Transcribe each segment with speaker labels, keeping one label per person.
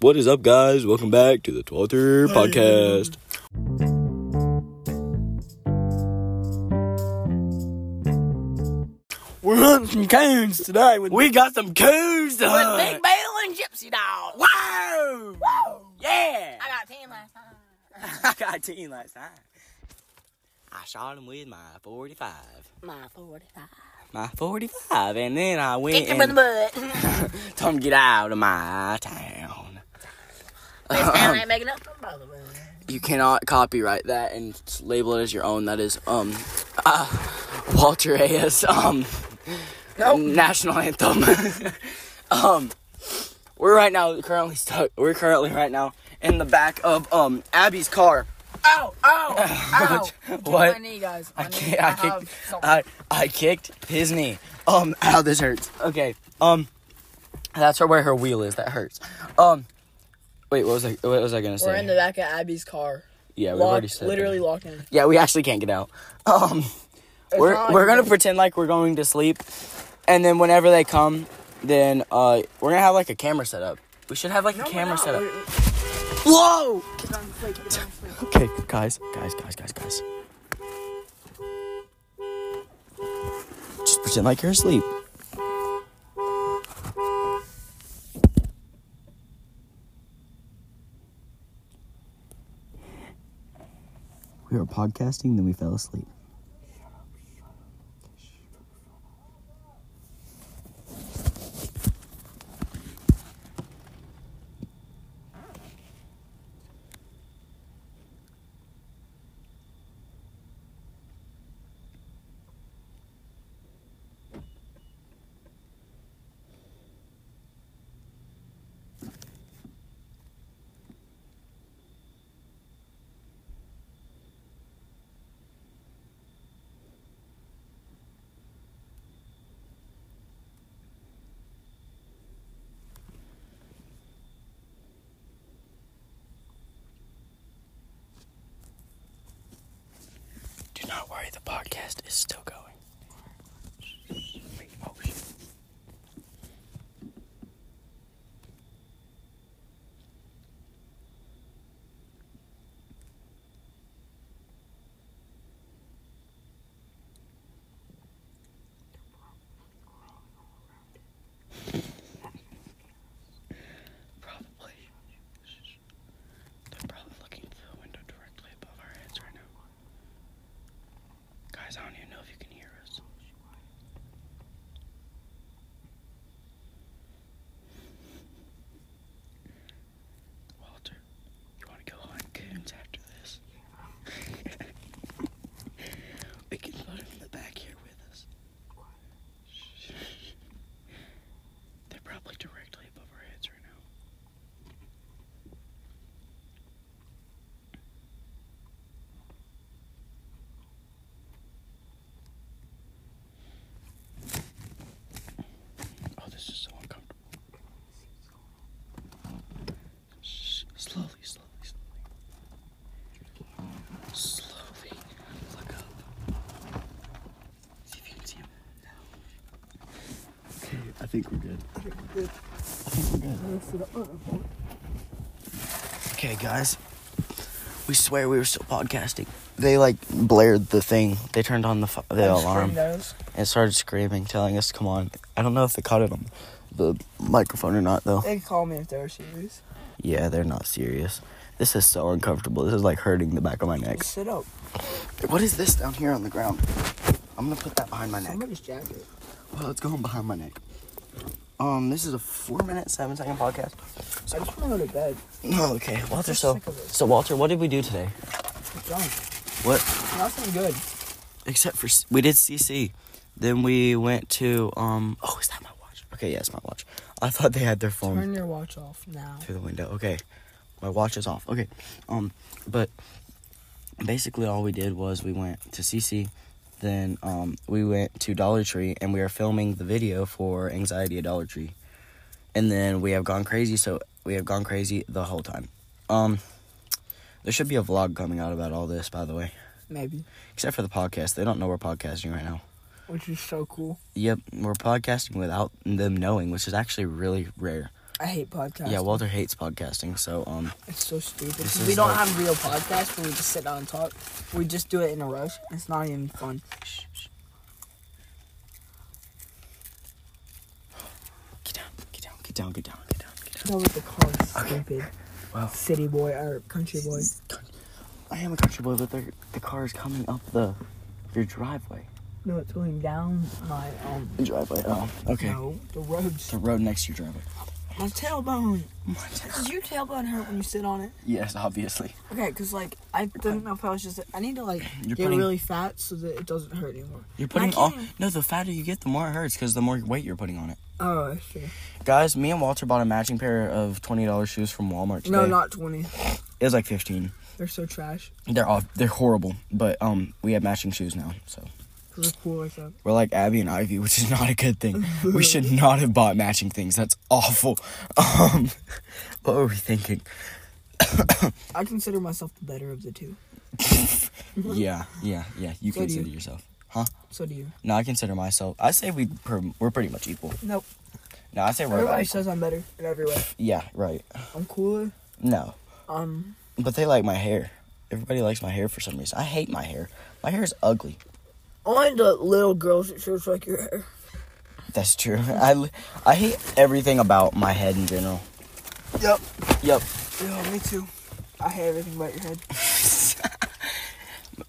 Speaker 1: What is up, guys? Welcome back to the 12th Year Podcast.
Speaker 2: We're hunting some coons today with
Speaker 1: We got some coons to
Speaker 2: with Big
Speaker 3: Uh,
Speaker 1: hunt.
Speaker 2: Bill and Gypsy Dog. Whoa! Whoa! Yeah!
Speaker 4: I got 10 last time.
Speaker 2: I got 10 last time. I shot him with my 45.
Speaker 4: My 45.
Speaker 2: My 45, and then I went
Speaker 4: Kicked him in the butt.
Speaker 2: and told him to get out of my town.
Speaker 4: This town ain't making up for both of us.
Speaker 2: You cannot copyright that and label it as your own. That is, um, uh, Walter A.S. um, national anthem. um, we're right now currently stuck. We're currently right now in the back of um Abby's car.
Speaker 4: Ow, ow, ow.
Speaker 2: What?
Speaker 4: My knee, guys. My
Speaker 2: I
Speaker 4: knee.
Speaker 2: kicked. I
Speaker 4: have
Speaker 2: kicked.
Speaker 4: something.
Speaker 2: I I kicked his knee. Um, ow, this hurts. Okay. Um, that's where her wheel is. That hurts. Um, wait, what was I? What was I gonna say?
Speaker 3: We're in the back of Abby's car.
Speaker 2: yeah, we
Speaker 3: locked,
Speaker 2: already said. that.
Speaker 3: literally locked in.
Speaker 2: Yeah, we actually can't get out. Um, we're
Speaker 3: not like
Speaker 2: we're gonna
Speaker 3: this.
Speaker 2: pretend like we're going to sleep, and then whenever they come, then uh, we're gonna have like a camera set up. We should have like a camera set up. Whoa! Okay, guys, guys, guys, guys, guys. Just pretend like you're asleep. We were podcasting, then we fell asleep. Do not worry, the podcast is still going. Wait, oh, shit. Probably. They're probably looking through the window directly above our heads right now. Guys, I don't even know if you can hear us. Walter, you want to go hunt coons after this? we can put him in the back here with us. They're probably directly above our heads right now. Oh, this is so uncomfortable. Shh, slowly, slowly, slowly. Slowly. Look up. See if you can see him. Okay, I think we're good. I think we're good. Okay, guys. We swear we were still podcasting. They like blared the thing. They turned on the, fu- the alarm and started screaming, telling us to come on. I don't know if they caught it on the microphone or not, though.
Speaker 3: They call me if they're serious.
Speaker 2: Yeah, they're not serious. This is so uncomfortable. This is like hurting the back of my neck.
Speaker 3: Sit up.
Speaker 2: What is this down here on the ground? I'm gonna put that behind my neck.
Speaker 3: Somebody's jacket.
Speaker 2: Well, it's going behind my neck. Um, this is a four minute, seven second podcast.
Speaker 3: I just want to go to bed.
Speaker 2: Oh, okay, Walter. So,
Speaker 3: sick of it.
Speaker 2: so Walter, what did we do today?
Speaker 3: I'm drunk.
Speaker 2: What?
Speaker 3: Nothing good.
Speaker 2: Except for s- we did CC. Then we went to um. Oh, is that my watch? Okay, yeah, it's my watch. I thought they had their phone.
Speaker 3: Turn your watch off now.
Speaker 2: through the window. Okay, my watch is off. Okay, um, but basically all we did was we went to CC, then um we went to Dollar Tree and we are filming the video for Anxiety at Dollar Tree, and then we have gone crazy. So we have gone crazy the whole time. Um, there should be a vlog coming out about all this, by the way.
Speaker 3: Maybe.
Speaker 2: Except for the podcast, they don't know we're podcasting right now.
Speaker 3: Which is so cool.
Speaker 2: Yep, we're podcasting without them knowing, which is actually really rare.
Speaker 3: I hate podcasts.
Speaker 2: Yeah, Walter hates podcasting, so um,
Speaker 3: It's so stupid.
Speaker 2: This
Speaker 3: 'cause We
Speaker 2: is
Speaker 3: don't
Speaker 2: like-
Speaker 3: have real podcasts where we just sit down and talk. We just do it in a rush. It's not even fun.
Speaker 2: get down, get down, get down, get down, get down, get down.
Speaker 3: No, with the car, stupid.
Speaker 2: Wow.
Speaker 3: City boy or country boy.
Speaker 2: I am a country boy, but the the car is coming up the your driveway.
Speaker 3: No, it's going down my um.
Speaker 2: The driveway. Oh, okay.
Speaker 3: No, the roads.
Speaker 2: The road next to your driveway.
Speaker 3: My tailbone. Does your tailbone hurt when you sit on it?
Speaker 2: Yes, obviously.
Speaker 3: Okay, cause like I didn't know if I was just. I need to like
Speaker 2: You're
Speaker 3: get
Speaker 2: putting-
Speaker 3: really fat so that it doesn't hurt anymore.
Speaker 2: You're
Speaker 3: And I
Speaker 2: putting all.
Speaker 3: can't-
Speaker 2: No, the fatter you get, the more it hurts because the more weight you're putting on it.
Speaker 3: Oh, I see.
Speaker 2: Guys, me and Walter bought a matching pair of twenty dollars shoes from Walmart today.
Speaker 3: No, not twenty.
Speaker 2: It was like fifteen.
Speaker 3: They're so trash.
Speaker 2: They're off. They're horrible. But um, we have matching shoes now, so
Speaker 3: Cause they're cool like that.
Speaker 2: we're like Abby and Ivy, which is not a good thing. we should not have bought matching things. That's awful. Um, what were we thinking?
Speaker 3: I consider myself the better of the two.
Speaker 2: Yeah, yeah, yeah. You
Speaker 3: So do
Speaker 2: consider
Speaker 3: you.
Speaker 2: yourself, huh?
Speaker 3: So do you.
Speaker 2: No, I consider myself. I say we per, we're pretty much equal.
Speaker 3: Nope.
Speaker 2: No, I say we're.
Speaker 3: Everybody
Speaker 2: like-
Speaker 3: says I'm better in every way.
Speaker 2: yeah, right.
Speaker 3: I'm cooler.
Speaker 2: No,
Speaker 3: Um,
Speaker 2: but they like my hair. Everybody likes my hair for some reason. I hate my hair. My hair is ugly.
Speaker 3: only the little girls that shirts like your hair.
Speaker 2: That's true. I, li- I hate everything about my head in general.
Speaker 3: Yep.
Speaker 2: Yep.
Speaker 3: Yeah, me too. I hate everything about your head.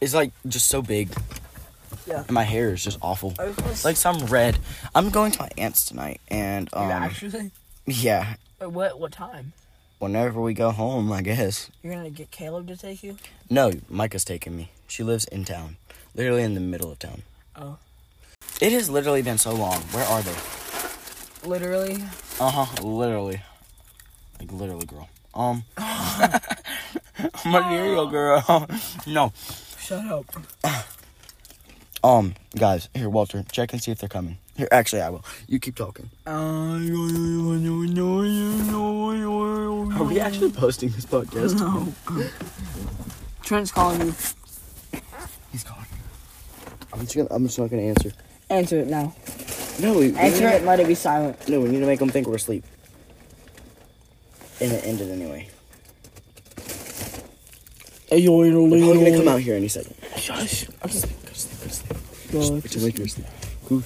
Speaker 2: It's like just so big.
Speaker 3: Yeah.
Speaker 2: My hair is just awful.
Speaker 3: I was gonna
Speaker 2: Like some red. I'm going to my aunt's tonight, and um,
Speaker 3: You're actually.
Speaker 2: yeah.
Speaker 3: Wait, what? What time?
Speaker 2: Whenever we go home, I guess.
Speaker 3: You're gonna get Caleb to take you?
Speaker 2: No, Micah's taking me. She lives in town, literally in the middle of town.
Speaker 3: Oh.
Speaker 2: It has literally been so long. Where are they?
Speaker 3: Literally.
Speaker 2: Uh huh. Literally. Like literally, girl. Um. Material girl. no.
Speaker 3: Shut up.
Speaker 2: Um, guys, here, Walter, check and see if they're coming. Here, actually, I will. You keep talking. Are
Speaker 3: Are
Speaker 2: we actually posting this podcast?
Speaker 3: No. Trent's calling you.
Speaker 2: He's calling. I'm just gonna. I'm just not gonna answer.
Speaker 3: Answer it now.
Speaker 2: No, we, we
Speaker 3: Answer
Speaker 2: need
Speaker 3: it. Let it be silent.
Speaker 2: To, no, we need to make them think we're asleep. And it ended anyway. They're probably gonna come out here any second.
Speaker 3: Shush.
Speaker 2: Go to sleep. Go to sleep. Go to sleep.
Speaker 3: Go
Speaker 2: It's awake. Go to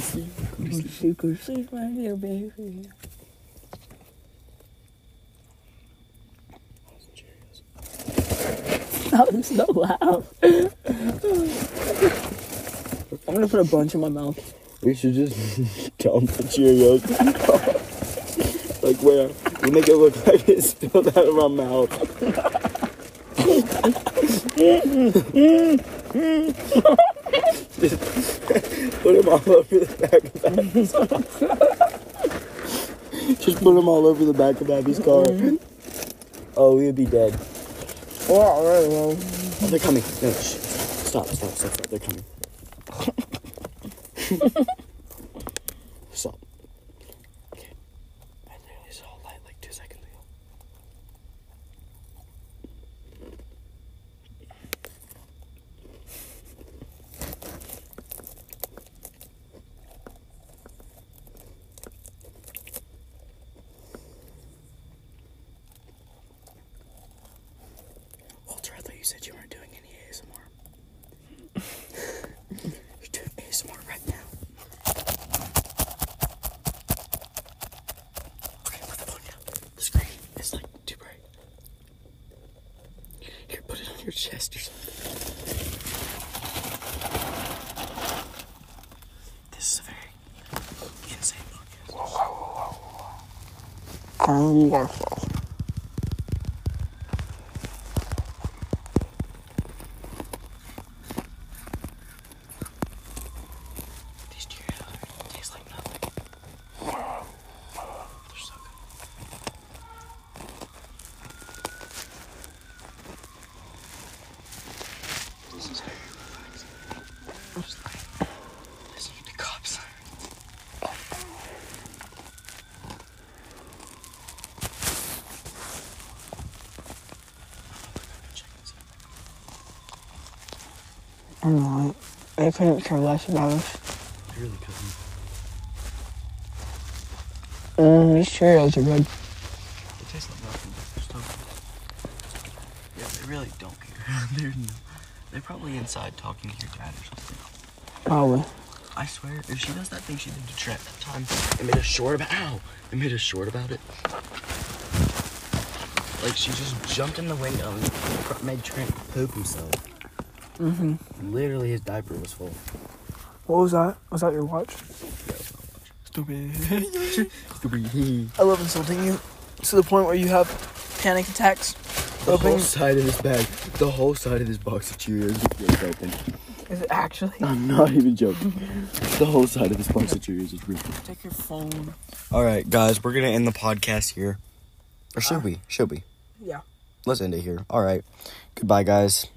Speaker 2: sleep. Go to sleep. Go to sleep.
Speaker 3: my dear baby. That was so loud. I'm gonna put a bunch in my mouth.
Speaker 2: We should just dump the Cheerios. like where you make it look like it spilled out of my mouth. just put them all over the back of Abby's Just put them all over the back of Abby's car. Oh, we would be dead.
Speaker 3: Or, or,
Speaker 2: Oh,
Speaker 3: or.
Speaker 2: they're coming. No, shh. Stop, stop, stop, stop. They're coming. stop. I literally saw a light like two seconds ago. Walter, I thought you said you weren't doing any ASMR. You're doing ASMR right now. Okay, put the phone down. The screen is like too bright. Here, put it on your chest or something. This is a very insane podcast. These Cheerios taste like nothing. They're so good. This is very relaxing. Just like listening to cop sirens.
Speaker 3: I don't know. I couldn't care less about us.
Speaker 2: I really couldn't.
Speaker 3: Mm, these Cheerios are good.
Speaker 2: guys love nothing. Just talking. Yeah, they really don't care. they're, no, they're probably inside talking to your dad or something.
Speaker 3: Probably.
Speaker 2: I swear, if she does that thing she did to Trent that time and made a short about ow, and made a short about it. Like she just jumped in the window and cr- made Trent poop himself.
Speaker 3: Mm-hmm.
Speaker 2: Literally, his diaper was full.
Speaker 3: What was that? Was that your watch?
Speaker 2: Yeah, it's not much.
Speaker 3: Stupid.
Speaker 2: Stupid.
Speaker 3: I love insulting you to the point where you have panic attacks.
Speaker 2: The whole
Speaker 3: Open-
Speaker 2: side of this bag, the whole side of this box of Cheerios is ripped open.
Speaker 3: Is it actually?
Speaker 2: I'm not even joking. The whole side of this box of Cheerios is ripped.
Speaker 3: Take your phone.
Speaker 2: All right, guys, we're gonna end the podcast here, Uh. or should we? Should we?
Speaker 3: Yeah.
Speaker 2: Let's end it here. All right. Goodbye, guys.